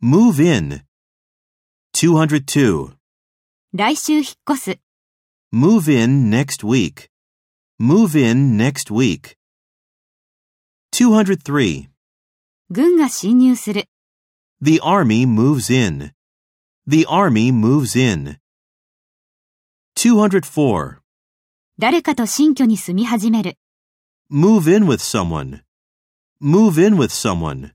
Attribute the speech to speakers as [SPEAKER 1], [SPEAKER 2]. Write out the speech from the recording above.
[SPEAKER 1] Move in. 202.
[SPEAKER 2] 来週引っ越す。
[SPEAKER 1] Move in next week. Move in next week. 203.
[SPEAKER 2] 軍が侵入する。
[SPEAKER 1] The army moves in. The army moves in. 204.
[SPEAKER 2] 誰かと新居に住み始める。
[SPEAKER 1] Move in with someone. Move in with someone.